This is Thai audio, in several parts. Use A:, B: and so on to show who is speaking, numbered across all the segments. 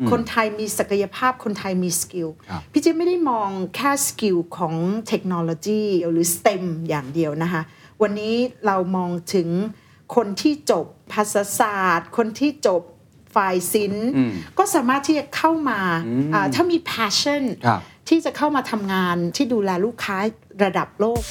A: อืม
B: คนไทยมีศักยภาพคนไทยมีสกิล
A: ครับ
B: พี่เจ๊ยบไม่ได้มองแค่สกิลของเทคโนโลยีหรือ STEM อย่างเดียวนะคะ วันนี้เรามองถึงคนที่จบภาษาศาสตร์ คนที่จบฝ่ายศิลป์ก็สามารถที่จะเข้ามาอ่าถ้ามี passion
A: ครับ
B: ที่จะเข้ามาทำงานที่ดูแลลูกค้าระดับโลก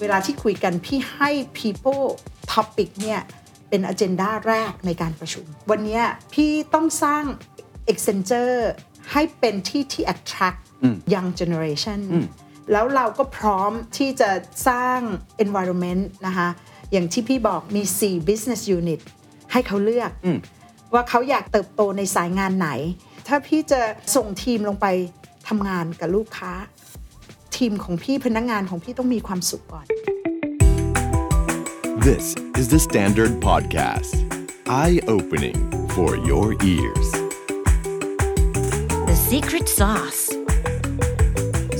B: เวลาที่คุยกันพี่ให้ people topic เนี่ยเป็น agenda แรกในการประชุม วันเนี้ยพี่ต้องสร้าง Accenture ให้เป็นที่ที่ attract young generation แล้วเราก็พร้อมที่จะสร้าง environment นะคะอย่างที่พี่บอกมี 4 business unit ให้เขาเลือก ว่าเขาอยากเติบโตในสายงานไหน ถ้าพี่จะส่งทีมลงไปทำงานกับลูกค้า ทีมของพี่พนักงานของพี่ต้องมีความสุขก่อน
C: This is the Standard Podcast. Eye opening for your ears.
D: The secret sauce.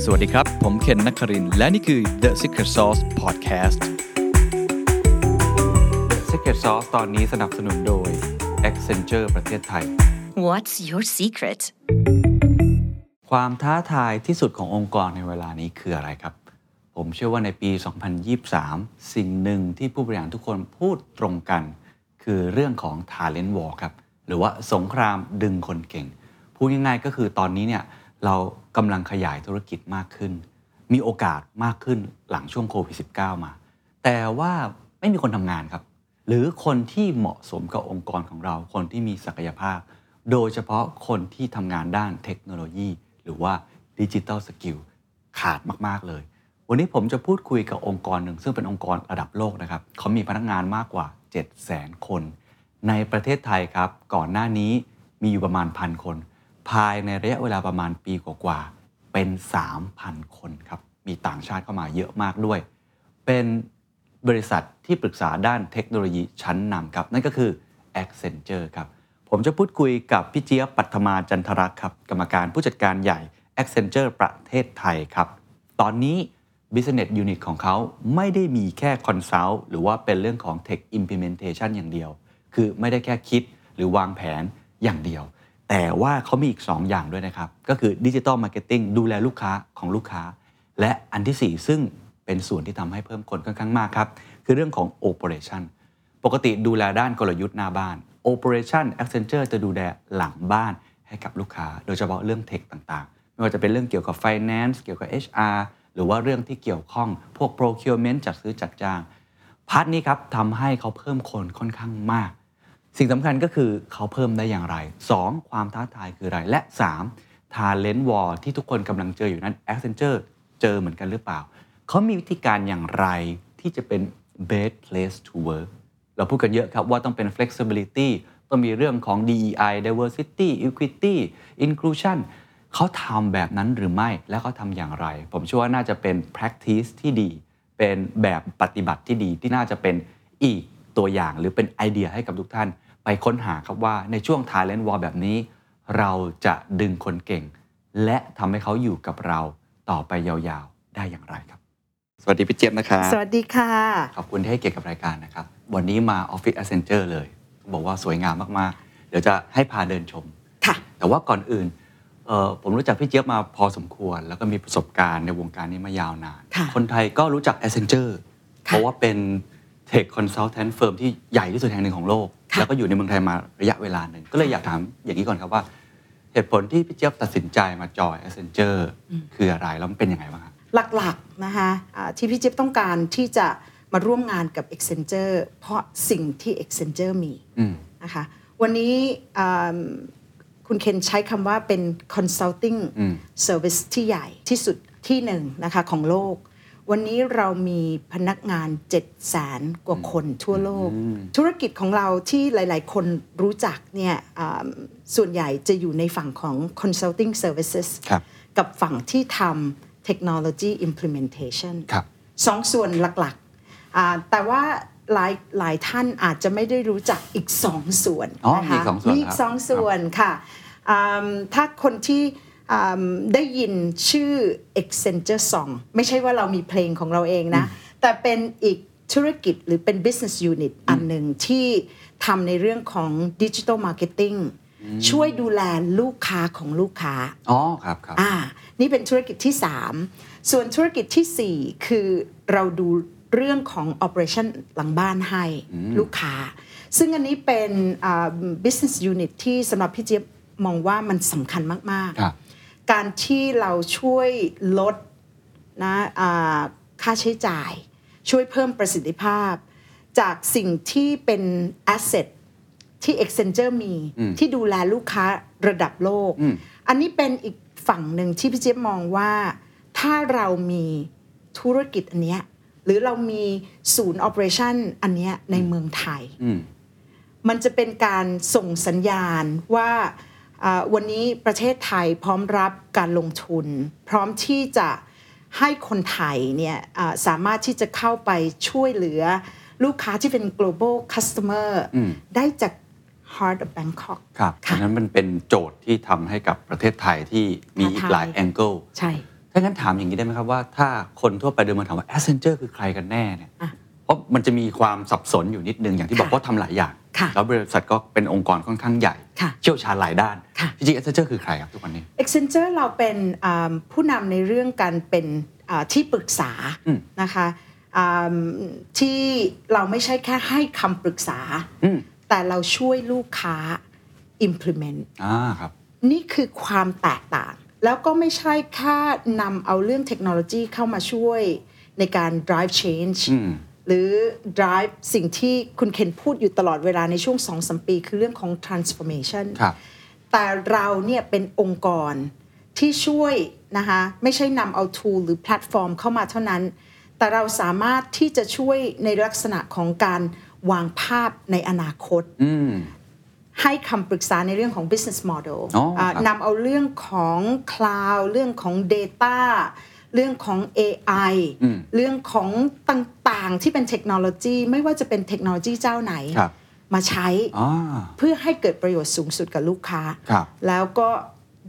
E: สวัสดีครับ ผมเคนนักครินทร์และนี่คือ The Secret Sauce Podcast
F: Secret Sauce ตอนนี้สนับสนุนโดย Accenture ประเทศไทย
D: What's your secret?
F: ความท้าทายที่สุดขององค์กรในเวลานี้คืออะไรครับ ผมเชื่อว่าในปี 2023 สิ่งหนึ่งที่ผู้บริหารทุกคนพูดตรงกัน คือเรื่องของ Talent War ครับ หรือว่าสงครามดึงคนเก่ง พูดง่ายๆก็คือตอนนี้เนี่ยเรากำลังขยายธุรกิจมากขึ้น มีโอกาสมากขึ้นหลังช่วงโควิด -19 มา แต่ว่าไม่มีคนทำงานครับ หรือคนที่เหมาะสมกับองค์กรของเรา คนที่มีศักยภาพ โดยเฉพาะคนที่ทำงานด้านเทคโนโลยี หรือว่าดิจิทัลสกิลขาดมากๆเลย วันนี้ผมจะพูดคุยกับองค์กรหนึ่ง ซึ่งเป็นองค์กรระดับโลกนะครับ เขามีพนักงานมากกว่า 7 0 0 0 0 0 คน ในประเทศไทยครับ ก่อนหน้านี้มีอยู่ประมาณพันคน ภายในระยะเวลาประมาณปีกว่าๆเป็น 3,000 คนครับ มีต่างชาติเข้ามาเยอะมากด้วย เป็นบริษัทที่ปรึกษาด้านเทคโนโลยีชั้นนำครับ นั่นก็คือ Accenture ครับ ผมจะพูดคุยกับพี่เจี๊ยบปัทมาจันทรักษ์ครับ กรรมการผู้จัดการใหญ่ Accenture ประเทศไทยครับ ตอนนี้ Business Unit ของเขาไม่ได้มีแค่ Consult หรือว่าเป็นเรื่องของ Tech Implementation อย่างเดียว คือไม่ได้แค่คิดหรือวางแผนอย่างเดียว แต่ว่าเขามีอีก 2 อย่างด้วยนะครับ ก็คือ Digital Marketing ดูแลลูกค้าของลูกค้า และอันที่ 4 ซึ่งเป็นส่วนที่ทำให้เพิ่มคนค่อนข้างมากครับ คือเรื่องของ Operation ปกติดูแลด้านกลยุทธ์หน้าบ้าน Operation Accenture จะดูแลหลังบ้านให้กับลูกค้า โดยเฉพาะเรื่องเทคต่างๆ ไม่ว่าจะเป็นเรื่องเกี่ยวกับ Finance เกี่ยวกับ HR หรือว่าเรื่องที่เกี่ยวข้องพวก Procurement จัดซื้อจัดจ้าง พาร์ทนี้ครับทำให้เขาเพิ่มคนค่อนข้างมาก สิ่งสำคัญก็คือเขาเพิ่มได้อย่างไร 2. ความท้าทายคืออะไร และ 3. Talent War ที่ทุกคนกำลังเจออยู่นั้น Accenture เจอเหมือนกันหรือเปล่า เขามีวิธีการอย่างไรที่จะเป็น best place to work เราพูดกันเยอะครับว่าต้องเป็น flexibility ต้องมีเรื่องของ DEI diversity equity inclusion เขาทำแบบนั้นหรือไม่ และเขาทำอย่างไร ผมเชื่อว่าน่าจะเป็น practice ที่ดี เป็นแบบปฏิบัติที่ดีที่น่าจะเป็นอีกตัวอย่างหรือเป็นไอเดียให้กับทุกท่าน ไปค้นหาครับว่าในช่วง Talent War แบบนี้ เราจะดึงคนเก่ง และทำให้เขาอยู่กับเราต่อไปยาวๆ ได้อย่างไรครับ สวัสดีพี่เจี๊ยบนะครับ
B: สวัสดีค่ะ
F: ขอบคุณที่ให้เกียรติกับรายการนะครับ วันนี้มาออฟฟิศ a อเซนเจอร์เลย บอกว่าสวยงามมาก ๆ เดี๋ยวจะให้พาเดินชม
B: ค่ะ
F: แต่ว่าก่อนอื่นเอ่อผมรู้จักพี่เจี๊ยบมาพอสมควร แล้วก็มีประสบการณ์ในวงการนี้มายาวนาน
B: ค่ะ
F: คนไทยก็รู้จัก a อเซนเจอร์เพราะว่าเป็นเทคคอนซัลแทนเฟิร์มที่ใหญ่ที่สุดแห่งหนึ่งของโลก
B: ค่ะ
F: แล้วก็อยู่ในเมืองไทยมาระยะเวลาหนึ่ง ก็เลยอยากถามอย่างนี้ก่อนครับว่า เหตุผลที่พี่เจี๊ยบตัดสินใจมาจอย a อเซนเจอร์คืออะไรแล้วมันเป็นยังไงบ้างครับ
B: หลักๆนะคะอ่าที่พี่เจิ๊บต้องการที่จะมาร่วมงานกับ Accenture เพราะสิ่งที่ Accenture มีนะคะวันนี้อ่าคุณเคนใช้คำว่าเป็น consulting service ที่ใหญ่ที่สุดที่หนึ่งนะคะของโลก วันนี้เรามีพนักงาน 7 0 0แสนกว่าคนทั่วโลก ธุรกิจของเราที่หลาย ๆ คนรู้จักเนี่ยอ่าส่วนใหญ่จะอยู่ในฝั่งของ consulting services
F: ครับ
B: กับฝั่งที่ทำเทคโนโลยี implementation
F: ครับ
B: สองส่วนหลักๆอ่าแต่ว่าหลายหลายท่านอาจจะไม่ได้รู้จักอีกสองส่วน
F: อ๋อ
B: นะ
F: มี
B: คะ
F: อีกสองส่วน
B: มีอี
F: ครั
B: ก
F: บ
B: สองส่วนค่ะอืมถ้าคนที่อืมได้ยินชื่อ Accenture Song ไม่ใช่ว่าเรามีเพลงของเราเองนะ แต่เป็นอีก ธุรกิจหรือเป็น business unit อันหนึ่งที่ทำในเรื่องของ digital marketing ช่วยดูแลลูกค้าของลูกค้า
F: อ๋อครับครับ
B: อ่า นี่เป็นธุรกิจที่ 3 ส่วนธุรกิจทีสี่ 4 คือเราดูเรื่องของ operation หลังบ้านให้ลูกค้า ซึ่งอันนี้เป็นอ่า business unit ที่สำหรับพี่เจี๊ยบมองว่ามันสำคัญมาก
F: ครับ
B: ๆ การที่เราช่วยลดนะอ่าค่าใช้จ่าย ช่วยเพิ่มประสิทธิภาพ จากสิ่งที่เป็น asset ที่ Accenture มีที่ดูแลลูกค้าระดับโลก อันนี้เป็นอีกฝั่งหนึ่งที่พี่เจี๊ยบมองว่าถ้าเรามีธุรกิจอันเนี้ยหรือเรามีศูนย์ operation อันเนี้ยในเมืองไทย มันจะเป็นการส่งสัญญาณว่าอ่าวันนี้ประเทศไทยพร้อมรับการลงทุน พร้อมที่จะให้คนไทยเนี่ยอ่าสามารถที่จะเข้าไปช่วยเหลือลูกค้าที่เป็น global customer ได้จาก Heart of Bangkok
F: ครับ
B: ค่ะ
F: ฉะนั้นมันเป็นโจทย์ที่ทำให้กับประเทศไทยที่มีอีกหลาย
B: ท้าทาย
F: แองเกิล
B: ใช่
F: ถ้างั้นถามอย่างนี้ได้ไหมครับว่าถ้าคนทั่วไปเดินมาถามว่า Accenture คือใครกันแน่เนี่ย
B: อ่ะ
F: เพราะมันจะมีความสับสนอยู่นิดนึงอย่างที่บอก
B: ค่ะ
F: ว่าทำหลายอย่าง
B: ค่ะ
F: แล้วบริษัทก็เป็นองค์กรค่อนข้างใหญ่
B: ค่ะ
F: เชี่ยวชาญหลายด้าน
B: ค่ะ
F: จริงๆ Accenture คือใครครับทุกวันนี้
B: Accenture เราเป็นอ่าผู้นำในเรื่องการเป็นอ่าที่ปรึกษา
F: อืม
B: นะคะอ่าที่เราไม่ใช่แค่ให้คำปรึกษา
F: อืม
B: แต่เราช่วยลูกค้า implement
F: อ่าครับ
B: นี่คือความแตกต่าง แล้วก็ไม่ใช่แค่นำเอาเรื่องเทคโนโลยีเข้ามาช่วยในการ drive change
F: อืม
B: หรือ drive สิ่งที่คุณเคนพูดอยู่ตลอดเวลาในช่วง 2-3 ปี คือเรื่องของ transformation
F: ครับ
B: แต่เราเนี่ยเป็นองค์กรที่ช่วยนะคะไม่ใช่นำเอา tool หรือแพลตฟอร์มเข้ามาเท่านั้น แต่เราสามารถที่จะช่วยในลักษณะของการวางภาพในอนาคต
F: อืม
B: ให้คำปรึกษาในเรื่องของ business model
F: อ๋ออ่
B: า
F: ครับ
B: นำเอาเรื่องของ cloud เรื่องของ data เรื่องของ AI เรื่องของต่างๆที่เป็นเทคโนโลยี ไม่ว่าจะเป็นเทคโนโลยีเจ้าไหน
F: ครับ
B: มาใช้
F: อ่า
B: เพื่อให้เกิดประโยชน์สูงสุดกับลูกค้า
F: ครับ
B: แล้วก็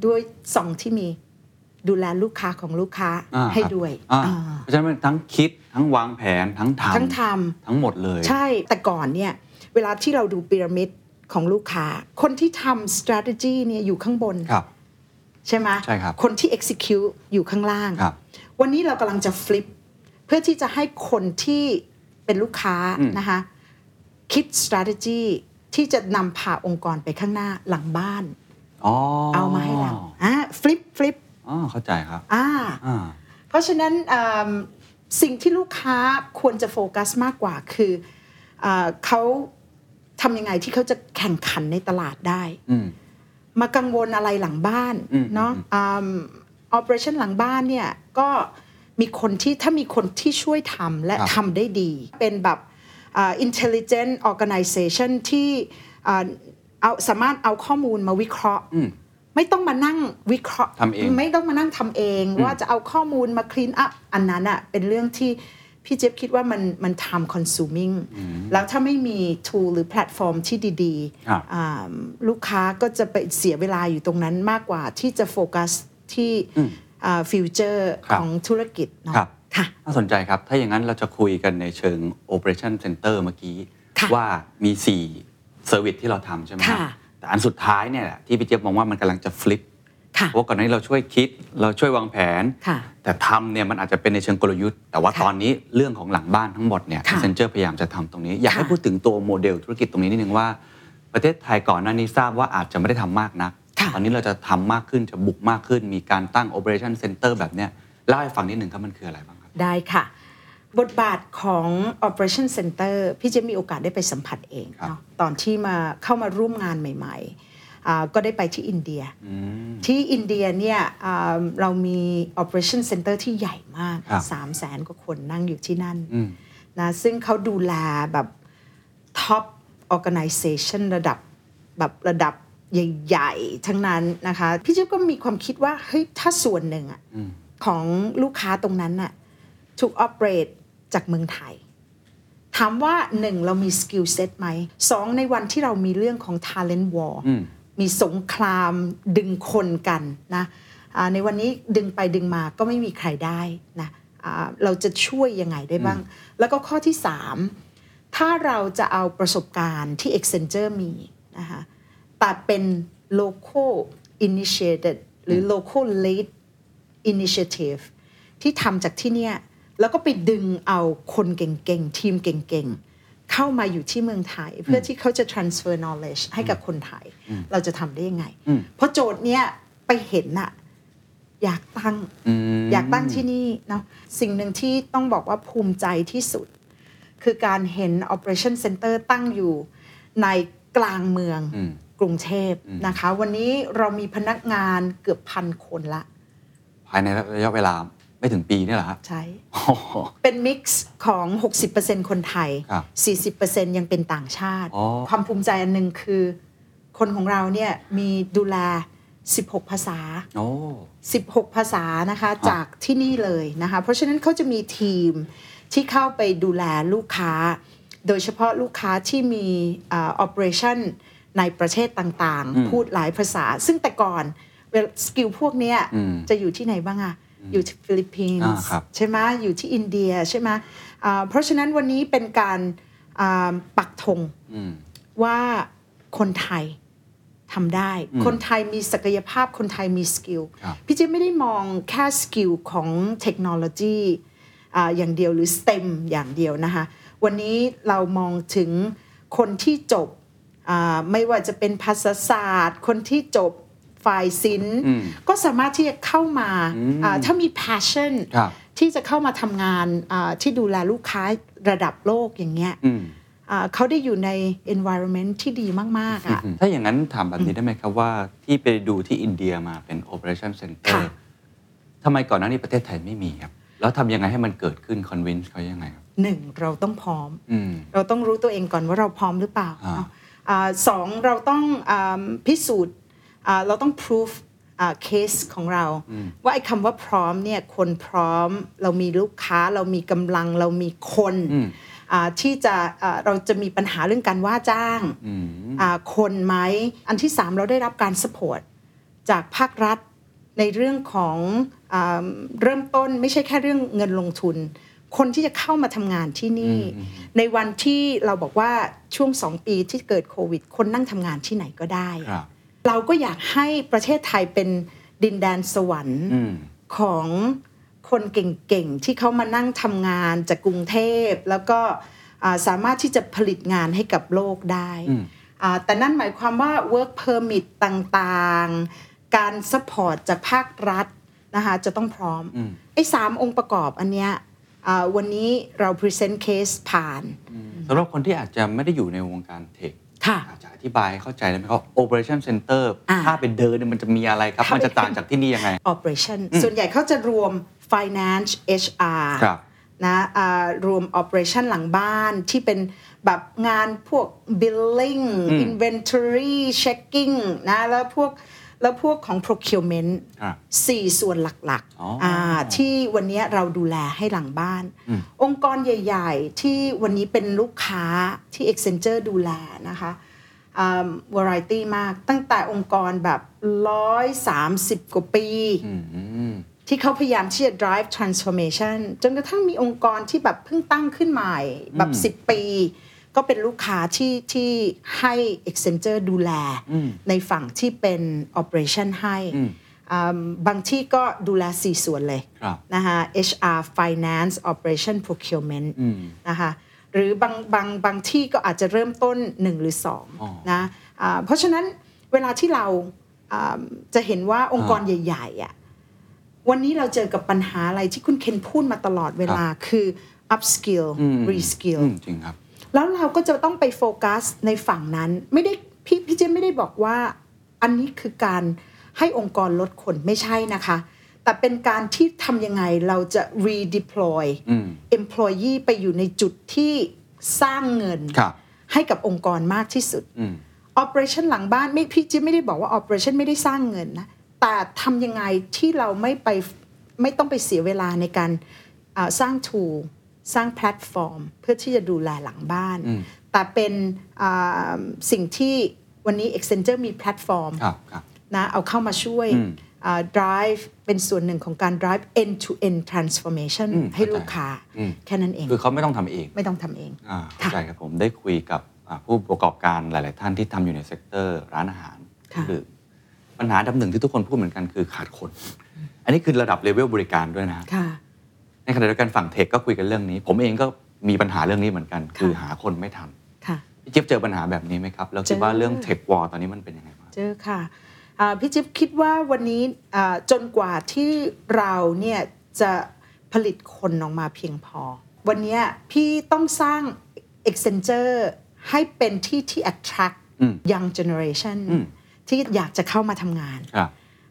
B: ด้วยสองที่มีดูแลลูกค้าของลูกค้า
F: อ่า
B: ให้
F: ครับ
B: ด้วย
F: อ่า
B: อ่า
F: เพราะฉะนั้นมันทั้งคิดทั้งวางแผนทั้งทำ
B: ทั้งทำ
F: ทั้งหมดเลย
B: ใช่ แต่ก่อนเนี่ย เวลาที่เราดูพีระมิดของลูกค้า คนที่ทำ strategy เนี่ยอยู่ข้างบน
F: ครับ
B: ใช่ไหม
F: ใช่ครับ
B: คนที่ execute อยู่ข้างล่าง
F: ครับ
B: วันนี้เรากำลังจะ flip เพื่อที่จะให้คนที่เป็นลูกค้านะคะคิด strategy ที่จะนำพาองค์กรไปข้างหน้าหลังบ้าน
F: อ๋อ
B: เอามาให้เราอ่ะ flip flip
F: อ๋อเข้าใจครับ
B: อ่า
F: อ่า
B: เพราะฉะนั้นอืมสิ่งที่ลูกค้าควรจะโฟกัสมากกว่าคือเออเขาทำยังไงที่เขาจะแข่งขันในตลาดได้
F: อืม
B: มากังวลอะไรหลังบ้าน
F: อืม
B: เนาะออ p e r a t i o n หลังบ้านเนี่ยก็มีคนที่ถ้ามีคนที่ช่วยทำและ
F: ครับ
B: ทำได้ดี เป็นแบบอ่า intelligent organization ที่อ่าเอาสามารถเอาข้อมูลมาวิเคราะห์
F: อืม
B: ไม่ต้องมานั่งวิเคราะห์
F: ทำเอง
B: ไม่ต้องมานั่งทำเอง ว่าจะเอาข้อมูลมาคลีนอัพอันนั้นอะเป็นเรื่องที่พี่เจ๊ยบคิดว่ามันมัน time consuming แล้วถ้าไม่มี tool หรือแพลตฟอร์มที่ดี
F: ครับ
B: อ่าลูกค้าก็จะไปเสียเวลาอยู่ตรงนั้นมากกว่าที่จะโฟกัสที่ฟิวเจอร์
F: ครับ
B: ของธุรกิจเนาะ
F: ครับ
B: ค่ะ
F: น่าสนใจครับ ถ้าอย่างนั้นเราจะคุยกันในเชิง operation center เมื่อกี้
B: ค่ะ
F: ว่ามี 4 service ที่เราทำใช่ไหมครับ
B: ค่ะ
F: แต่อันสุดท้ายเนี่ยแหละที่พี่เจี๊ยบมองว่ามันกำลังจะฟลิป
B: ค่ะ
F: เพราะว่าก่อนหน้านี้เราช่วยคิดเราช่วยวางแผน
B: ค่ะ
F: แต่ทำเนี่ยมันอาจจะเป็นในเชิงกลยุทธ์ แต่ว่า
B: ค่ะ
F: ตอนนี้เรื่องของหลังบ้านทั้งหมดเนี่ย
B: ค่ะ
F: เซนเจอร์พยายามจะทำตรงนี้ อยากให้
B: ค่ะ
F: พูดถึงตัวโมเดลธุรกิจตรงนี้นิดนึงว่า ประเทศไทยก่อนหน้านี้ทราบว่าอาจจะไม่ได้ทำมากนัก
B: ค่ะ
F: ตอนนี้เราจะทำมากขึ้นจะบุกมากขึ้น มีการตั้ง operation center แบบเนี้ยเล่าให้ฟังนิดหนึ่งครับมันคืออะไรบ้างครับ
B: ได้ค่ะ บทบาทของ Operation Center พี่เจะมีโอกาสได้ไปสัมผัสเอง
F: ครับ
B: เนาะตอนที่มาเข้ามาร่วมงานใหม่ๆอ่าก็ได้ไปที่อินเดีย ที่อินเดียเนี่ยอ่าเรามี Operation Center ที่ใหญ่มาก
F: ครับ
B: 3 0 0แสนกว่าคนนั่งอยู่ที่นั่นนะซึ่งเขาดูแลแบบ ท็อป organization ระดับแบบระดับใหญ่ ๆ ทั้งนั้นนะคะ พี่เจิ๊ยบก็มีความคิดว่า เฮ้ย ถ้าส่วนหนึ่งอะของลูกค้าตรงนั้นน่ะถูกออ e เ a t e จากเมืองไทย ถามว่าหนึ่งเรามีสกิลเซ็ตไหมสองในวันที่เรามีเรื่องของ talent war มีสงครามดึงคนกันนะอ่าในวันนี้ดึงไปดึงมาก็ไม่มีใครได้นะอ่า อ่าเราจะช่วยยังไงได้บ้าง แล้วก็ข้อที่ 3 ถ้าเราจะเอาประสบการณ์ที่ Accenture มีนะคะแต่เป็น local initiated หรือ local led initiative ที่ทำจากที่เนี่ย แล้วก็ไปดึงเอาคนเก่งๆ ทีมเก่งๆ เข้ามาอยู่ที่เมืองไทย เพื่อที่เขาจะ transfer knowledge ให้กับคนไทย เราจะทำได้ยังไง เพราะโจทย์เนี้ยไปเห็นอะอยากตั้ง อยากตั้งที่นี่เนาะสิ่งหนึ่งที่ต้องบอกว่าภูมิใจที่สุด คือการเห็น Operation Center ตั้งอยู่ในกลางเมืองกรุงเทพนะคะ วันนี้เรามีพนักงานเกือบพันคนละ
F: ภายในระยะเวลาไม่ถึงปีเนี่ยเหรอฮะ
B: ใช่ เป็นมิกซ์ของ 60%คนไทย
F: ครับ
B: 40%ยังเป็นต่างชาติ
F: อ๋อ
B: ความภูมิใจอันหนึ่งคือ คนของเราเนี่ยมีดูแล 16 ภาษา
F: โอ้
B: 16 ภาษานะคะจากที่นี่เลยนะคะ เพราะฉะนั้นเขาจะมีทีมที่เข้าไปดูแลลูกค้า โดยเฉพาะลูกค้าที่มีเออ operation ในประเทศต่างๆ พูดหลายภาษา ซึ่งแต่ก่อนเวลาสกิลพวกเนี้ย
F: อืม
B: จะอยู่ที่ไหนบ้างอะอยู่ที่ฟิลิปปิน
F: อ่า
B: ส์
F: ครับ
B: ใช่ไหมอยู่ที่อินเดียใช่ไหมอ่าเพราะฉะนั้นวันนี้เป็นการอ่าปักธง
F: อืม
B: ว่าคนไทยทำได้ คนไทยมีศักยภาพ คนไทยมีสกิล
F: ครับ
B: พี่เจไม่ได้มองแค่สกิลของเทคโนโลยีอ่าอย่างเดียวหรือ STEM อย่างเดียวนะคะ วันนี้เรามองถึงคนที่จบอ่าไม่ว่าจะเป็นภาษาศาสตร์ คนที่จบฝ่ายศิลป์ก็สามารถที่จะเข้ามาอ่าถ้ามี passion
F: ครับ
B: ที่จะเข้ามาทำงานอ่าที่ดูแลลูกค้าระดับโลกอย่างเงี้ย
F: อืม
B: อ่าเขาได้อยู่ใน environment ที่ดีมาก ๆ อ่ะ
F: ถ้าอย่างนั้นถามแบบนี้ได้ไหมครับว่าที่ไปดูที่อินเดียมาเป็น operation center
B: ค่ะ
F: ทำไมก่อนหน้านี้ประเทศไทยไม่มีครับ แล้วทำยังไงให้มันเกิดขึ้น convince เขายังไงครับ
B: หนึ่งเราต้องพร้อม
F: อืม
B: เราต้องรู้ตัวเองก่อนว่าเราพร้อมหรือเปล่า
F: อ่า
B: เนาะอ่าสองเราต้องอ่าพิสูจน์อ่าเราต้อง proof เคสของเรา ว่าไอ้คำว่าพร้อมเนี่ยคนพร้อมเรามีลูกค้าเรามีกำลังเรามีคนอ่าที่จะอ่าเราจะมีปัญหาเรื่องการว่าจ้างอ่าคนไหมอันที่สามเราได้รับการ support จากภาครัฐในเรื่องของอาเริ่มต้นไม่ใช่แค่เรื่องเงินลงทุน คนที่จะเข้ามาทำงานที่นี่ ในวันที่เราบอกว่าช่วงสองปีที่เกิดโควิด คนนั่งทำงานที่ไหนก็ได้อะ
F: ครับ
B: เราก็อยากให้ประเทศไทยเป็นดินแดนสวรรค์
F: อืม
B: ของคนเก่งๆ ที่เขามานั่งทำงานจากกรุงเทพ แล้วก็อ่าสามารถที่จะผลิตงานให้กับโลกได้อ่าแต่นั่นหมายความว่า work permit ต่างๆ การ support จากภาครัฐนะคะจะต้องพร้อม ไอ้สามองค์ประกอบอันเนี้ยอ่าวันนี้เรา present case ผ่าน
F: สำหรับคนที่อาจจะไม่ได้อยู่ในวงการเทค
B: ค่ะ
F: อาจจะอธิบายเข้าใจได้ไหมครับ operation center
B: อ่า
F: ถ้าไปเดินเนี่ยมันจะมีอะไรครับ มันจะต่างจากที่นี่ยังไง
B: operation ส่วนใหญ่เขาจะรวม finance HR
F: ครับ
B: นะอ่ารวม operation หลังบ้านที่เป็นแบบงานพวก billing inventory checking นะแล้วพวกแล้วพวกของ procurement
F: ครับ
B: สี่ส่วนหลัก
F: อ๋ออ่
B: ๆาที่วันนี้เราดูแลให้หลังบ้าน องค์กรใหญ่ๆ ที่วันนี้เป็นลูกค้าที่ Accenture ดูแลนะคะอ่าวารตี้มากตั้งแต่องค์กรแบบ 130 กว่าปี
F: อืม
B: ที่เขาพยายามที่จะ drive transformation จนกระทั่งมีองค์กรที่แบบเพิ่งตั้งขึ้นใหม่แบบ 10 ปี ก็เป็นลูกค้าที่ที่ให้ Accenture ดูแล ในฝั่งที่เป็น operation ให้อืมบางที่ก็ดูแล 4 ส่วนเลย
F: ครับ
B: นะคะ HR finance operation procurement นะคะหรือบางบางบางที่ก็อาจจะเริ่มต้น 1 หรือ2นะอ่าเพราะฉะนั้นเวลาที่เราอ่าจะเห็นว่าองค์กรใหญ่ๆอะ วันนี้เราเจอกับปัญหาอะไรที่คุณเคนพูดมาตลอดเวลาคือ upskill reskill
F: อืม จริงครับ
B: แล้วเราก็จะต้องไปโฟกัสในฝั่งนั้น ไม่ได้พี่พี่เจไม่ได้บอกว่าอันนี้คือการให้องค์กรลดคนไม่ใช่นะคะ แต่เป็นการที่ทำยังไงเราจะ redeploy employee ไปอยู่ในจุดที่สร้างเงิน
F: ครับ
B: ให้กับองค์กรมากที่สุด operation หลังบ้านไม่พี่เจไม่ได้บอกว่า operation ไม่ได้สร้างเงินนะ แต่ทำยังไงที่เราไม่ไปไม่ต้องไปเสียเวลาในการเอ่อสร้าง tool สร้างแพลตฟอร์ม เพื่อที่จะดูแลหลังบ้าน แต่เป็นอ่าสิ่งที่วันนี้ Accenture มีแพลตฟอร์ม
F: ครับ ครับ
B: นะเอาเข้ามาช่วย อ่า drive เป็นส่วนหนึ่งของการ drive end to end transformation
F: อืม
B: ให้
F: เข้าใจ
B: ลูกค้า
F: อืม
B: แค่นั้นเอง
F: คือเขาไม่ต้องทำเอง
B: ไม่ต้องทำเอง
F: อ่าเข้า
B: ค่ะ
F: ใจครับผมได้คุยกับอ่าผู้ประกอบการหลาย ๆ ท่านที่ทำอยู่ในเซกเตอร์ร้านอาหาร
B: ค่ะ
F: หรือปัญหาอันดับหนึ่งที่ทุกคนพูดเหมือนกันคือขาดคน อันนี้คือระดับเลเวลบริการด้วยนะฮะ
B: ค่ะ
F: ในขณะเดียวกันฝั่งเทคก็คุยกันเรื่องนี้ ผมเองก็มีปัญหาเรื่องนี้เหมือนกัน คือหาคนไม่ทัน
B: ค่ะ
F: พี่จิ๊บเจอปัญหาแบบนี้ไหมครับ แล้วคิดว่าเรื่องเทควอลตอนนี้มันเป็นยังไงบ้าง
B: เจอค่ะอ่าพี่จิ๊บคิดว่าวันนี้อ่าจนกว่าที่เราเนี่ยจะผลิตคนออกมาเพียงพอ วันเนี้ยพี่ต้องสร้าง Accenture ให้เป็นที่ที่ attract
F: อืม
B: young generation
F: อืม
B: ที่อยากจะเข้ามาทำงาน
F: ครับ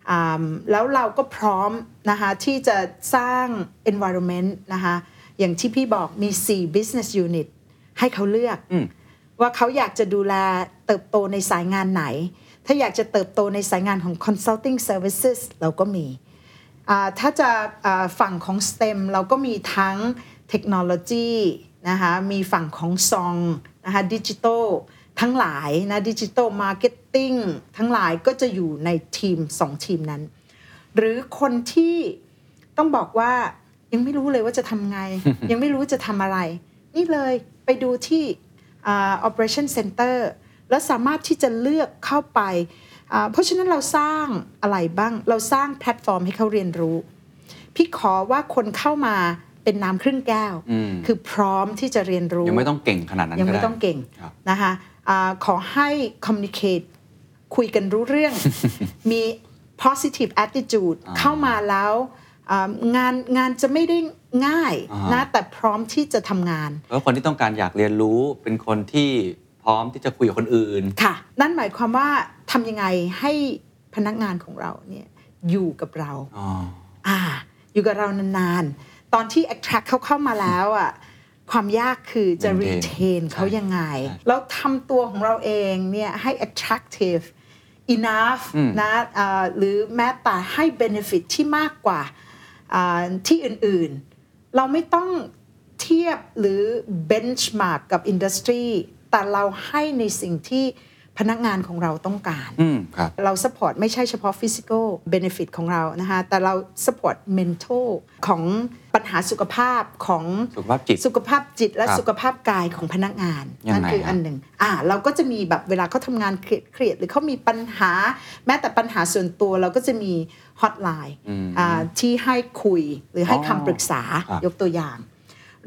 B: อ่าแล้วเราก็พร้อมนะคะที่จะสร้าง environment นะคะอย่างที่พี่บอกมี 4 business unit ให้เขาเลือก
F: อืม
B: ว่าเขาอยากจะดูแลเติบโตในสายงานไหน ถ้าอยากจะเติบโตในสายงานของ consulting services เราก็มีอ่าถ้าจะอ่าฝั่งของ STEM เราก็มีทั้งเทคโนโลยีนะคะมีฝั่งของซองนะคะดิจิ t a ลทั้งหลายนะดิจิตอลมาร์เก็ตติ้งทั้งหลายก็จะอยู่ในทีม 2 ทีมนั้น หรือคนที่ต้องบอกว่ายังไม่รู้เลยว่าจะ ทำไง ยังไม่รู้จะทำอะไร นี่เลยไปดูที่อ่า operation center แล้วสามารถที่จะเลือกเข้าไปอ่าเพราะฉะนั้นเราสร้างอะไรบ้าง เราสร้างแพลตฟอร์มให้เขาเรียนรู้ พี่ขอว่าคนเข้ามาเป็นน้ำครึ่งแก้ว
F: อืม
B: คือพร้อมที่จะเรียนรู้
F: ยังไม่ต้องเก่งขนาดนั้น
B: ยัง
F: ก็
B: ไม่
F: ด้
B: ต้องเก่ง
F: ครับ
B: นะคะอาขอให้ communicate คุยกันรู้เรื่อง มี positive attitude เข้ามาแล้วอ่างานงานจะไม่ได้ง่ายนะแต่พร้อมที่จะทำงาน
F: แล้วคนที่ต้องการอยากเรียนรู้เป็นคนที่พร้อมที่จะคุยกับคนอื่น
B: ค่ะ นั่นหมายความว่าทำยังไงให้พนักงานของเราเนี่ยอยู่กับเรา
F: อ๋อ
B: อ่าอยู่กับเรานานๆ ตอนที่ attract เขาเข้ามาแล้วอ่ะความยากคือจะ
F: Maintain
B: retain เขา
F: ใช่
B: ยังไง
F: ใช่
B: แล้วทำตัวของเราเองเนี่ยให้ attractive enough
F: อืม
B: นะอ่าหรือแม้แต่ให้ benefit ที่มากกว่าอ่าที่อื่นๆ เราไม่ต้องเทียบหรือ benchmark กับ industry แต่เราให้ในสิ่งที่พนักงานของเราต้องการ
F: อืมครับ
B: เราสปอร์ตไม่ใช่เฉพาะฟิสิก a l เบนฟิตของเรานะคะแต่เราสปอร์ตเมนทัลของปัญหาสุขภาพของ
F: สุขภาพจิต
B: สุขภาพจิตและ
F: ครับ
B: สุขภาพกายของพนักงาน
F: ยังไง
B: นั่นคือ
F: ฮะ
B: อันหนึ่งอ่าเราก็จะมีแบบเวลาเขาทำงานเครียดๆหรือเขามีปัญหา แม้แต่ปัญหาส่วนตัวเราก็จะมีฮอตไลน์อ่าที่ให้คุยหรือให้คำปรึกษา
F: ครับ
B: ยกตัวอย่าง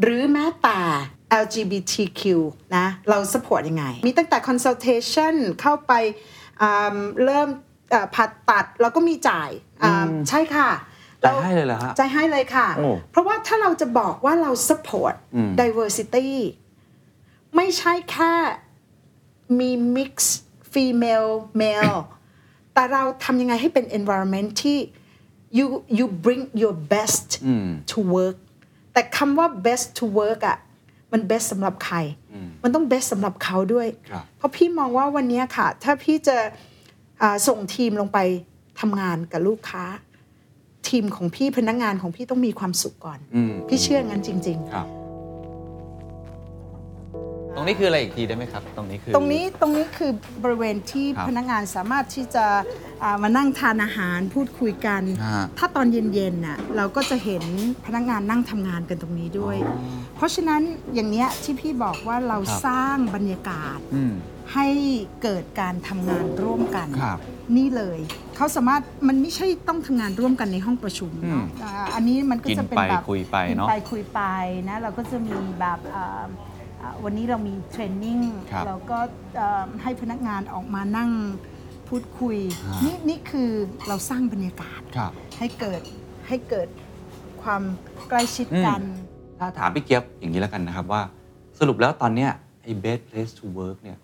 B: หรือแม้แต่ LGBTQ นะเราสปอร์ตยังไง มีตั้งแต่ consultation เข้าไปอ่าเริ่มเอ่อผ่าตัดแล้วก็มีจ่ายอ่าใช่ค่ะ
F: จ่ายให้เลยเหรอฮะ
B: จ่ายให้เลยค่ะ
F: โอ้
B: เพราะว่าถ้าเราจะบอกว่าเรา support diversity ไม่ใช่แค่มี mix female male แต่เราทำยังไงให้เป็น environment ที่ you you bring your best to work แต่คำว่า best to work อะมัน best สำหรับใคร มันต้อง best สำหรับเขาด้วย
F: ครับ
B: เพราะพี่มองว่าวันเนี้ยค่ะ ถ้าพี่จะอ่าส่งทีมลงไปทำงานกับลูกค้า ทีมของพี่พนักงานของพี่ต้องมีความสุขก่อน
F: อืม
B: พี่เชื่องั้นจริง ๆ
F: ครับ ตรงนี้คืออะไรอีกทีได้ไหมครับ ตรงนี้คือ
B: ตรงนี้ตรงนี้คือบริเวณที่
F: ครับ
B: พนักงานสามารถที่จะอ่ามานั่งทานอาหารพูดคุยกัน
F: ฮะ
B: ถ้าตอนเย็นๆน่ะเราก็จะเห็นพนักงานนั่งทำงานกันตรงนี้ด้วย เพราะฉะนั้นอย่างเนี้ยที่พี่บอกว่าเราสร้างบรรยากาศ
F: อืม
B: ให้เกิดการทำงานร่วมกัน
F: ครับ
B: นี่เลยเขาสามารถมันไม่ใช่ต้องทำงานร่วมกันในห้องประชุมเนอะ
F: อืม
B: อ่าอันนี้มันก็จะเป็น
F: กินไป
B: แบบ
F: คุยไปเนอะ
B: กิไปคุยไปนะเราก็จะมีแบบอ่าอ่าวันนี้เรามีเทรนนิ่ง
F: ครับ
B: เราก็เอ่อให้พนักงานออกมานั่งพูดคุย
F: อ่านี่
B: นี่นี่คือเราสร้างบรรยากาศ
F: ครับ
B: ให้เกิดให้เกิดความใกล้ชิดกัน
F: อื ถ้าถามพี่เกียบอย่างนี้แล้วกันนะครับว่า สรุปแล้วตอนเนี้ยไอ้ best place to work เนี่ย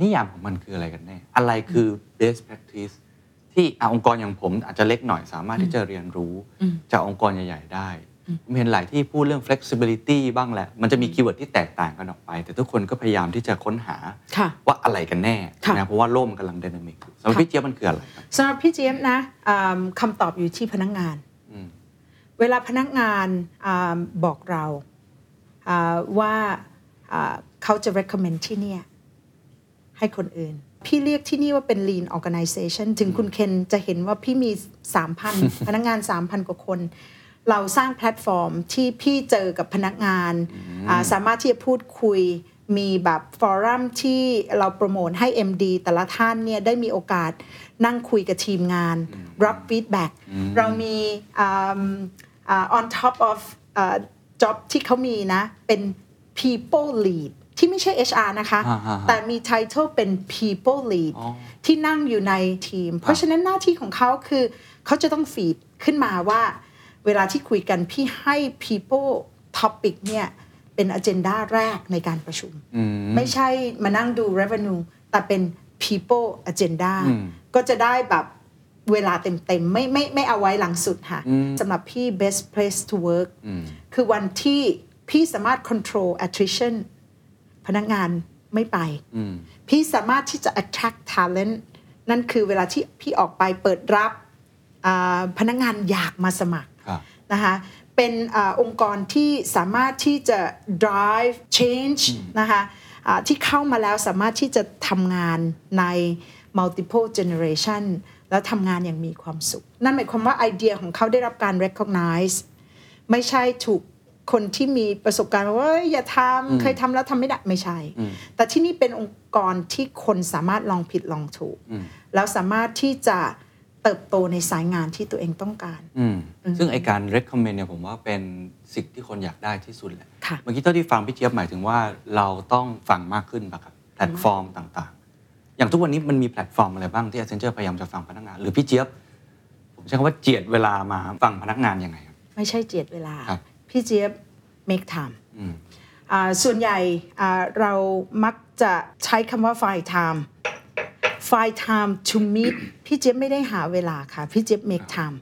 F: นิยามของมันคืออะไรกันแน่ อะไรคือ best practice ที่อะองค์กรอย่างผมอาจจะเล็กหน่อยสามารถที่จะเรียนรู้จากองค์กรใหญ่ ๆ ได้ ผมเห็นหลายที่พูดเรื่อง flexibility บ้างแหละ มันจะมีคีย์เวิร์ดที่แตกต่างกันออกไป แต่ทุกคนก็พยายามที่จะค้นหา
B: ค่ะ
F: ว่าอะไรกันแน่
B: ค่ะ
F: นะเพราะว่าโลกมันกำลัง dynamic อยู่สำหรับพี่เจี๊ยบมันคืออะไรครับ
B: สำหรับพี่เจี๊ยบนะอ่าคำตอบอยู่ที่พนักงาน
F: อืม
B: เวลาพนักงานอ่าบอกเราอ่าว่าอ่าเขาจะ recommend ที่เนี่ย ให้ ให้คนอื่น พี่เรียกที่นี่ว่าเป็น lean organization ถึงคุณเคนจะเห็นว่าพี่มี 3,000 พนักงาน 3,000 กว่าคน เราสร้างแพลตฟอร์มที่พี่เจอกับพนักงานอ่าสามารถที่จะพูดคุย มีแบบฟอรัมที่เราโปรโมทให้ MD แต่ละท่านเนี่ยได้มีโอกาสนั่งคุยกับทีมงาน รับฟีดแบ็กเรามีอ่าอ่า on top of อ่า job ที่เขามีนะ เป็น people lead ที่ไม่ใช่ HR นะคะ
F: อ่าฮะฮะ
B: แต่มี title เป็น people lead ที่นั่งอยู่ในทีม เพราะฉะนั้นหน้าที่ของเขาคือเขาจะต้องฟีดขึ้นมาว่า เวลาที่คุยกันพี่ให้ people topic เนี่ยเป็น agenda แรกในการประชุม ไม่ใช่มานั่งดู revenue แต่เป็น people agenda ก็จะได้แบบเวลาเต็มๆ ไม่ไม่ไม่เอาไว้หลังสุดค่ะสำหรับพี่ best place to work คือวันที่พี่สามารถ control attrition พนักงานไม่ไป พี่สามารถที่จะ attract talent นั่นคือเวลาที่พี่ออกไปเปิดรับอ่าพนักงานอยากมาสมัคร
F: ครับ
B: นะคะเป็นอาองค์กรที่สามารถที่จะ drive change นะคะอ่าที่เข้ามาแล้วสามารถที่จะทำงานใน multiple generation แล้วทำงานอย่างมีความสุข นั่นหมายความว่าไอเดียของเขาได้รับการ recognize ไม่ใช่ถูกคนที่มีประสบการณ์ว่าเอ้ยอย่าทำเคยทำแล้วทำไม่ได้ไม่ใช่ แต่ที่นี่เป็นองค์กรที่คนสามารถลองผิดลองถูก แล้วสามารถที่จะเติบโตในสายงานที่ตัวเองต้องการ
F: อืมซึ่งไอการ recommend เนี่ยผมว่าเป็นสิ่งที่คนอยากได้ที่สุดแหละ
B: ค่ะ
F: เมื่อกี้เท่าที่ฟังพี่เจี๊ยบหมายถึงว่าเราต้องฟังมากขึ้นป่ะครับ แพลตฟอร์มต่างๆ อย่างทุกวันนี้มันมีแพลตฟอร์มอะไรบ้างที่ Accenture พยายามจะฟังพนักงาน หรือพี่เจี๊ยบ ผมใช้คำว่าเจียดเวลามาฟังพนักงานยังไงครับ
B: ไม่ใช่เจียดเวลา
F: ครับ
B: พี่เจี๊ยบ make time
F: อืม
B: อ่าส่วนใหญ่อ่าเรามักจะใช้คำว่า find time find time to meet พี่เจี๊ยบไม่ได้หาเวลาค่ะ พี่เจี๊ยบ make time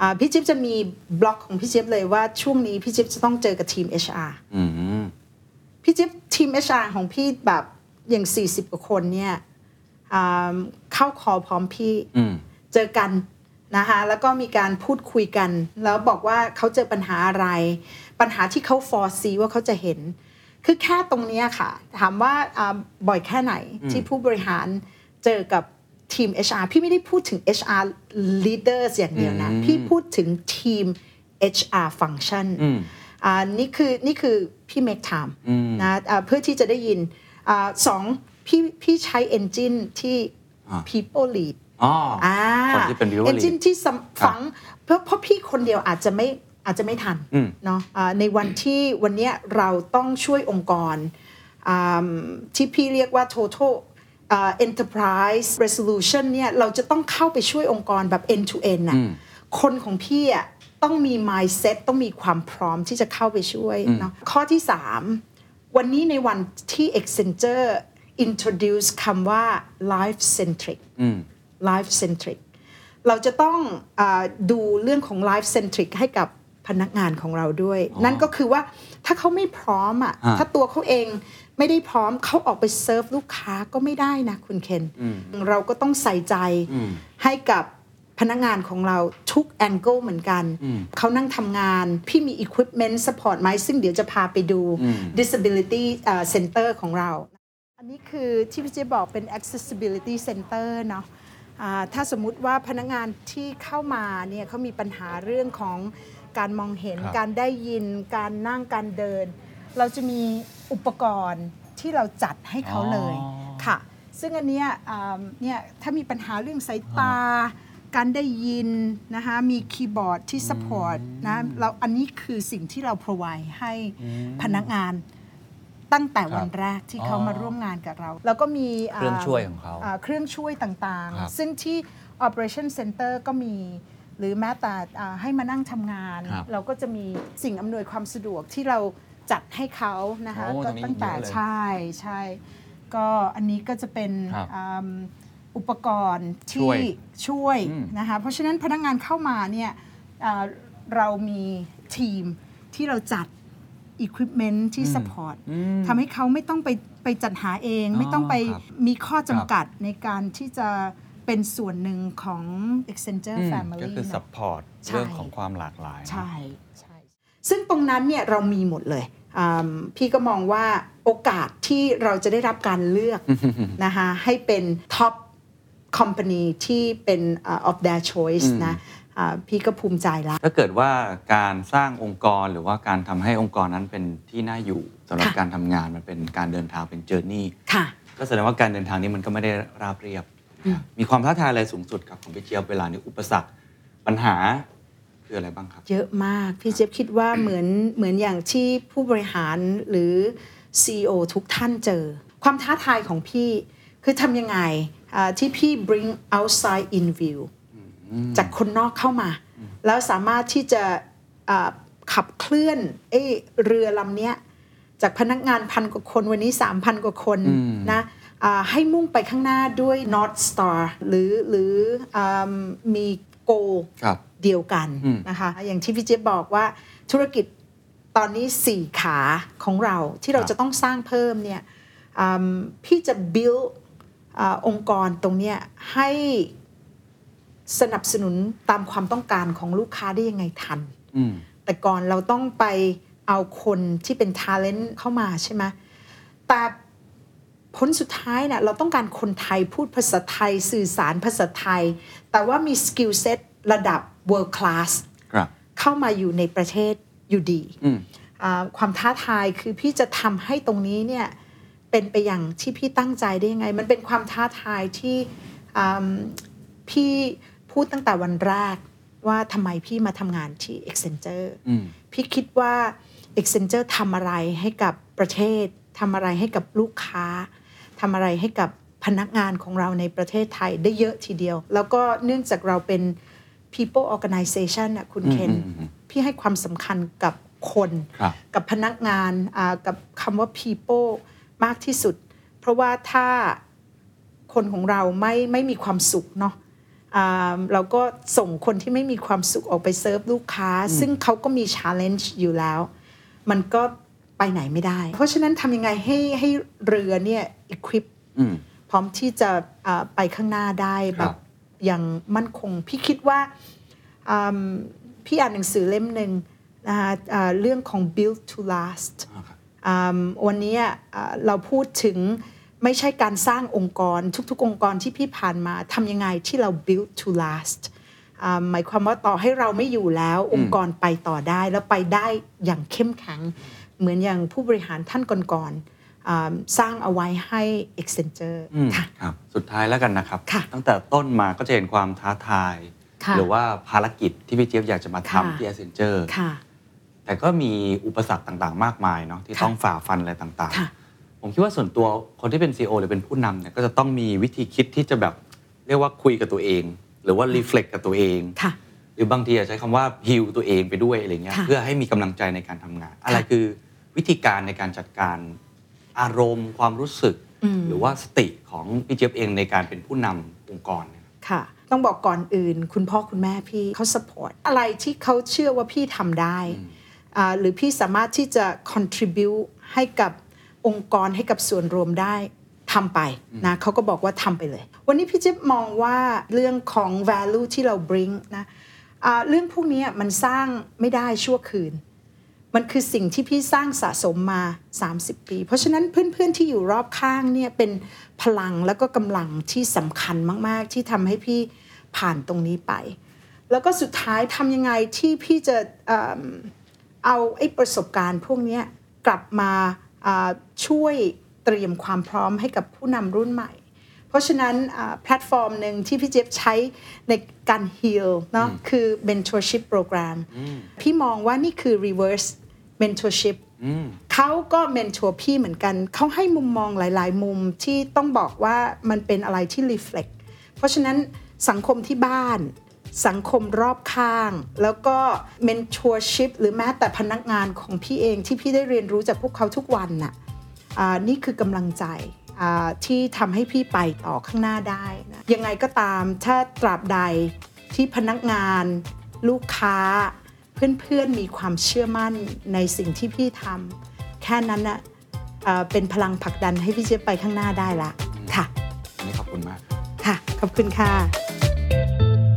B: อ่าพี่เจี๊ยบจะมีบล็อกของพี่เจี๊ยบเลยว่าช่วงนี้พี่เจี๊ยบจะต้องเจอกับทีม HR
F: อืม
B: พี่จิ๊บทีม HR ของพี่แบบอย่าง 40 กว่าคนเนี่ยอ่าเข้าคอพร้อมพี่
F: อืม
B: เจอกันนะคะแล้วก็มีการพูดคุยกัน แล้วบอกว่าเขาเจอปัญหาอะไร ปัญหาที่เขา foresee ว่าเขาจะเห็น คือแค่ตรงเนี้ยค่ะ ถามว่าอ่าบ่อยแค่ไหนที่ผู้บริหารเจอกับทีม HR พี่ไม่ได้พูดถึง HR leaders อย่างเดียวนะ พี่พูดถึงทีม HR function อ่านี่คือนี่คือพี่ make time นะอ่าเพื่อที่จะได้ยินอาสองพี่พี่ใช้ engine ที่ people lead
F: อ๋ออ
B: อ่า
F: คนที่เป็น delivery
B: engine ที่สำฝังเพราะเพราะพี่คนเดียวอาจจะไม่อาจจะไม่ทันเนาะอ่าในวันที่วันเนี้ยเราต้องช่วยองค์กรอ่าที่พี่เรียกว่า total อ่า enterprise resolution เนี่ยเราจะต้องเข้าไปช่วยองค์กรแบบ end to end น่ะคนของพี่อะต้องมี mindset ต้องมีความพร้อมที่จะเข้าไปช่วยเนาะข้อที่ 3 วันนี้ในวันที่ Accenture introduce คำว่า life centric life centric เราจะต้องอาดูเรื่องของ life centric ให้กับพนักงานของเราด้วย นั่นก็คือว่าถ้าเขาไม่พร้อมอ่ะ
F: อ่า
B: ถ้าตัวเขาเองไม่ได้พร้อมเขาออกไปเซิร์ฟลูกค้าก็ไม่ได้นะคุณเคน เราก็ต้องใส่ใจให้กับพนักงานของเราทุกแองเกิลเหมือนกัน เขานั่งทำงาน พี่มี Equipment Support ไหมซึ่งเดี๋ยวจะพาไปดู Disability อ่า Center ของเรา อันนี้คือที่พี่เจบอกเป็น accessibility center เนาะอ่าถ้าสมมุติว่าพนักงานที่เข้ามาเนี่ยเขามีปัญหาเรื่องของการมองเห็น การได้ยิน การนั่ง การเดิน เราจะมีอุปกรณ์ที่เราจัดให้เขาเลย
F: อ๋อ
B: ค่ะ ซึ่งอันเนี้ยอ่าเนี่ยถ้ามีปัญหาเรื่องสายตา การได้ยินนะคะมีคีย์บอร์ดที่ support นะเราอันนี้คือสิ่งที่เรา provide ให้พนักงาน ตั้งแต่วันแรกที่เขามาร่วมงานกับเรา แล้วก็มีา
F: เครื่องช่วยของเขา
B: าเครื่องช่วยต่าง
F: ครับ
B: ๆ ซึ่งที่ operation center ก็มีหรือแม้แต่อ่าให้มานั่งทำงาน
F: ครับ
B: เราก็จะมีสิ่งอำนวยความสะดวกที่เราจัดให้เขานะคะ
F: โอ้
B: ก็
F: ตรงนี้
B: ตั้งแต่
F: เยอะเลย
B: ใช่ใช่ก็อันนี้ก็จะเป็น
F: ครับ
B: อืมอุปกรณ์
F: ช่
B: ที่
F: วย
B: ช่วย
F: อืม
B: นะคะเพราะฉะนั้นพนักงานเข้ามาเนี่ยอ่าเรามีทีมที่เราจัด Equipment ที่ Support ทำให้เขาไม่ต้องไปไปจัดหาเอง ไม่ต้องไป
F: ครับ
B: มีข้อจำกัดในการที่จะเป็นส่วนหนึ่งของ Accenture
F: อืม
B: Family
E: ก็คือ
B: เนอะ
E: support
B: ใช่
E: เรื่องของความหลากหลาย
B: ใช่ใช่ ซึ่งตรงนั้นเนี่ยเรามีหมดเลย อืมพี่ก็มองว่าโอกาสที่เราจะได้รับการเลื อก นะคะให้เป็นท็อปคอมพานีที่เป็นเอ่อ of their choice นะอ่าพี่ก็ภูมิใจละ
F: ถ้าเกิดว่าการสร้างองค์กรหรือว่าการทำให้องค์กรนั้นเป็นที่น่าอยู่สำหรับ
B: ค่ะ
F: การทำงานมันเป็นการเดินทางเป็นเจอร์นี่
B: ค่ะ
F: ก็แสดงว่าการเดินทางนี้มันก็ไม่ได้ราบเรียบ มีความท้าทายอะไรสูงสุดครับของพี่เจียบเวลานี้อุปสรรคปัญหาคืออะไรบ้างครับ
B: เยอะมาก พี่เจ๊ยบคิดว่าเหมือนเหมือนอย่างที่ผู้บริหารหรือ CEO ทุกท่านเจอ ความท้าทายของพี่คือทำยังไงอ่าที่พี่ bring outside in view จากคนนอกเข้ามา แล้วสามารถที่จะอ่าขับเคลื่อนเอ้ยเรือลำเนี้ย จากพนักงานพันกว่าคนวันนี้ 3,000 กว่าคนนะอ่าให้มุ่งไปข้างหน้าด้วย North Star หรือหรืออ่ามีโก
F: ครับ
B: เดียวกัน
F: อืม
B: นะคะอย่างที่พี่เจ๊ยบบอกว่าธุรกิจตอนนี้ 4 ขาของเราที่เราจะต้องสร้างเพิ่มเนี่ยอืมพี่จะ build อ่าองค์กรตรงเนี้ยให้สนับสนุนตามความต้องการของลูกค้าได้ยังไงทัน
F: อืม
B: แต่ก่อนเราต้องไปเอาคนที่เป็น talent เข้ามาใช่ไหมแต่ผลสุดท้ายเนะ่ะเราต้องการคนไทยพูดภาษาไทยสื่อสารภาษาไทย แต่ว่ามี skill set ระดับ world class
F: ครับ
B: เข้ามาอยู่ในประเทศอยู่ดี
F: อืม
B: อ่าความท้าทายคือพี่จะทำให้ตรงนี้เนี่ยเป็นไปอย่างที่พี่ตั้งใจได้ยังไง มันเป็นความท้าทายที่อืมพี่พูดตั้งแต่วันแรกว่าทำไมพี่มาทำงานที่ Accenture
F: อืม
B: พี่คิดว่า Accenture ทำอะไรให้กับประเทศทำอะไรให้กับลูกค้าทำอะไรให้กับพนักงานของเราในประเทศไทยได้เยอะทีเดียว แล้วก็เนื่องจากเราเป็น people organization น่ะคุณเคน
F: อืมอืมอืม
B: พี่ให้ความสำคัญกับคน
F: ครับ
B: กับพนักงานอ่ากับคำว่า people มากที่สุด เพราะว่าถ้าคนของเราไม่ไม่มีความสุขเนาะอ่าเราก็ส่งคนที่ไม่มีความสุขออกไปเซิร์ฟลูกค้า ซึ่งเขาก็มี challenge อยู่แล้ว มันก็ไปไหนไม่ได้ เพราะฉะนั้นทำยังไงให้ให้เรือเนี่ย equip
F: อืม
B: พร้อมที่จะเอ่อไปข้างหน้าได้
F: ค
B: แบ
F: รั
B: บบ อย่างมั่นคง พี่คิดว่าอืมพี่อ่านหนังสือเล่มหนึ่งนะคะเอ่อเรื่องของ build to last
F: อ่าครับ
B: อืมวันนี้เอ่อเราพูดถึงไม่ใช่การสร้างองค์กร ทุกๆ องค์กรที่พี่ผ่านมาทำยังไงที่เรา build to last อ่าหมายความว่าต่อให้เราไม่อยู่แล้วองค์กรไปต่อได้ แล้วไปได้อย่างเข้มแข็ง เหมือนอย่างผู้บริหารท่านก่อนๆอ่าสร้างเอาไว้ให้ Accenture
F: อืม
B: ค่ะ
F: ครับ สุดท้ายแล้วกันนะครับ
B: ค่ะ
F: ตั้งแต่ต้นมาก็จะเห็นความท้าทาย
B: ค่ะ
F: หรือว่าภารกิจที่พี่เจี๊ยบอยากจะมา
B: ค่ะ
F: ทำที่ a อเซนเจอร์
B: ค่ะ
F: แต่ก็มีอุปสรรคต่างๆ มากมายเนาะที่
B: ค่ะ
F: ต้องฝ่าฟันอะไรต่าง
B: ค่ะ
F: ๆ ผมคิดว่าส่วนตัวคนที่เป็น CEO หรือเป็นผู้นำเนี่ยก็จะต้องมีวิธีคิดที่จะแบบเรียกว่าคุยกับตัวเอง หรือว่ารีเฟล็กกับตัวเอง
B: ค่ะ
F: หรือบางทีอาจจะใช้คำว่าฮิวตัวเองไปด้วยอะไรเงี้ย
B: ค่ะ
F: เพื่อให้มีกำลังใจในการทำงาน อะไรคือวิธีการในการจัดการอารมณ์ ความรู้สึก
B: อืม
F: หรือว่าสติของพี่เจี๊ยบเองในการเป็นผู้นำองค์กรเนี่ย
B: ค่ะ ต้องบอกก่อนอื่น คุณพ่อคุณแม่พี่เขาสปอร์ตอะไรที่เขาเชื่อว่าพี่ทำได้อ่าหรือพี่สามารถที่จะ contribute ให้กับองค์กรให้กับส่วนรวมได้ทำไปนะเขาก็บอกว่าทำไปเลย วันนี้พี่จิ๊บมองว่าเรื่องของ value ที่เรา bring นะอ่าเรื่องพวกนี้มันสร้างไม่ได้ชั่วคืน มันคือสิ่งที่พี่สร้างสะสมมา 30 ปี เพราะฉะนั้นเพื่อนๆที่อยู่รอบข้างเนี่ยเป็นพลังแล้วก็กำลังที่สำคัญมากๆ ที่ทำให้พี่ผ่านตรงนี้ไป แล้วก็สุดท้ายทำยังไงที่พี่จะเอิ่มเอาไอ้ประสบการณ์พวกเนี้ยกลับมาอ่าช่วยเตรียมความพร้อมให้กับผู้นำรุ่นใหม่ เพราะฉะนั้นอ่าแพลตฟอร์มหนึ่งที่พี่เจี๊ยบใช้ในการ heal เนาะคือ mentorship program พี่มองว่านี่คือ reverse mentorship เขาก็เมนทัวร์พี่เหมือนกัน เขาให้มุมมองหลาย ๆ มุมที่ต้องบอกว่ามันเป็นอะไรที่ reflect เพราะฉะนั้นสังคมที่บ้าน สังคมรอบข้าง แล้วก็ mentorship หรือแม้แต่พนักงานของพี่เองที่พี่ได้เรียนรู้จากพวกเขาทุกวันน่ะ อ่านี่คือกำลังใจอ่าที่ทำให้พี่ไปต่อข้างหน้าได้นะยังไงก็ตามถ้าตราบใดที่พนักงาน ลูกค้า เพื่อนๆมีความเชื่อมั่นในสิ่งที่พี่ทำแค่นั้นนะเอ่ะเป็นพลังผลักดันให้พี่เจ๊ยบไปข้างหน้าได้ละค่ะ
F: อันนี้ขอบคุณมาก
B: ค่ะขอบคุณค่ะ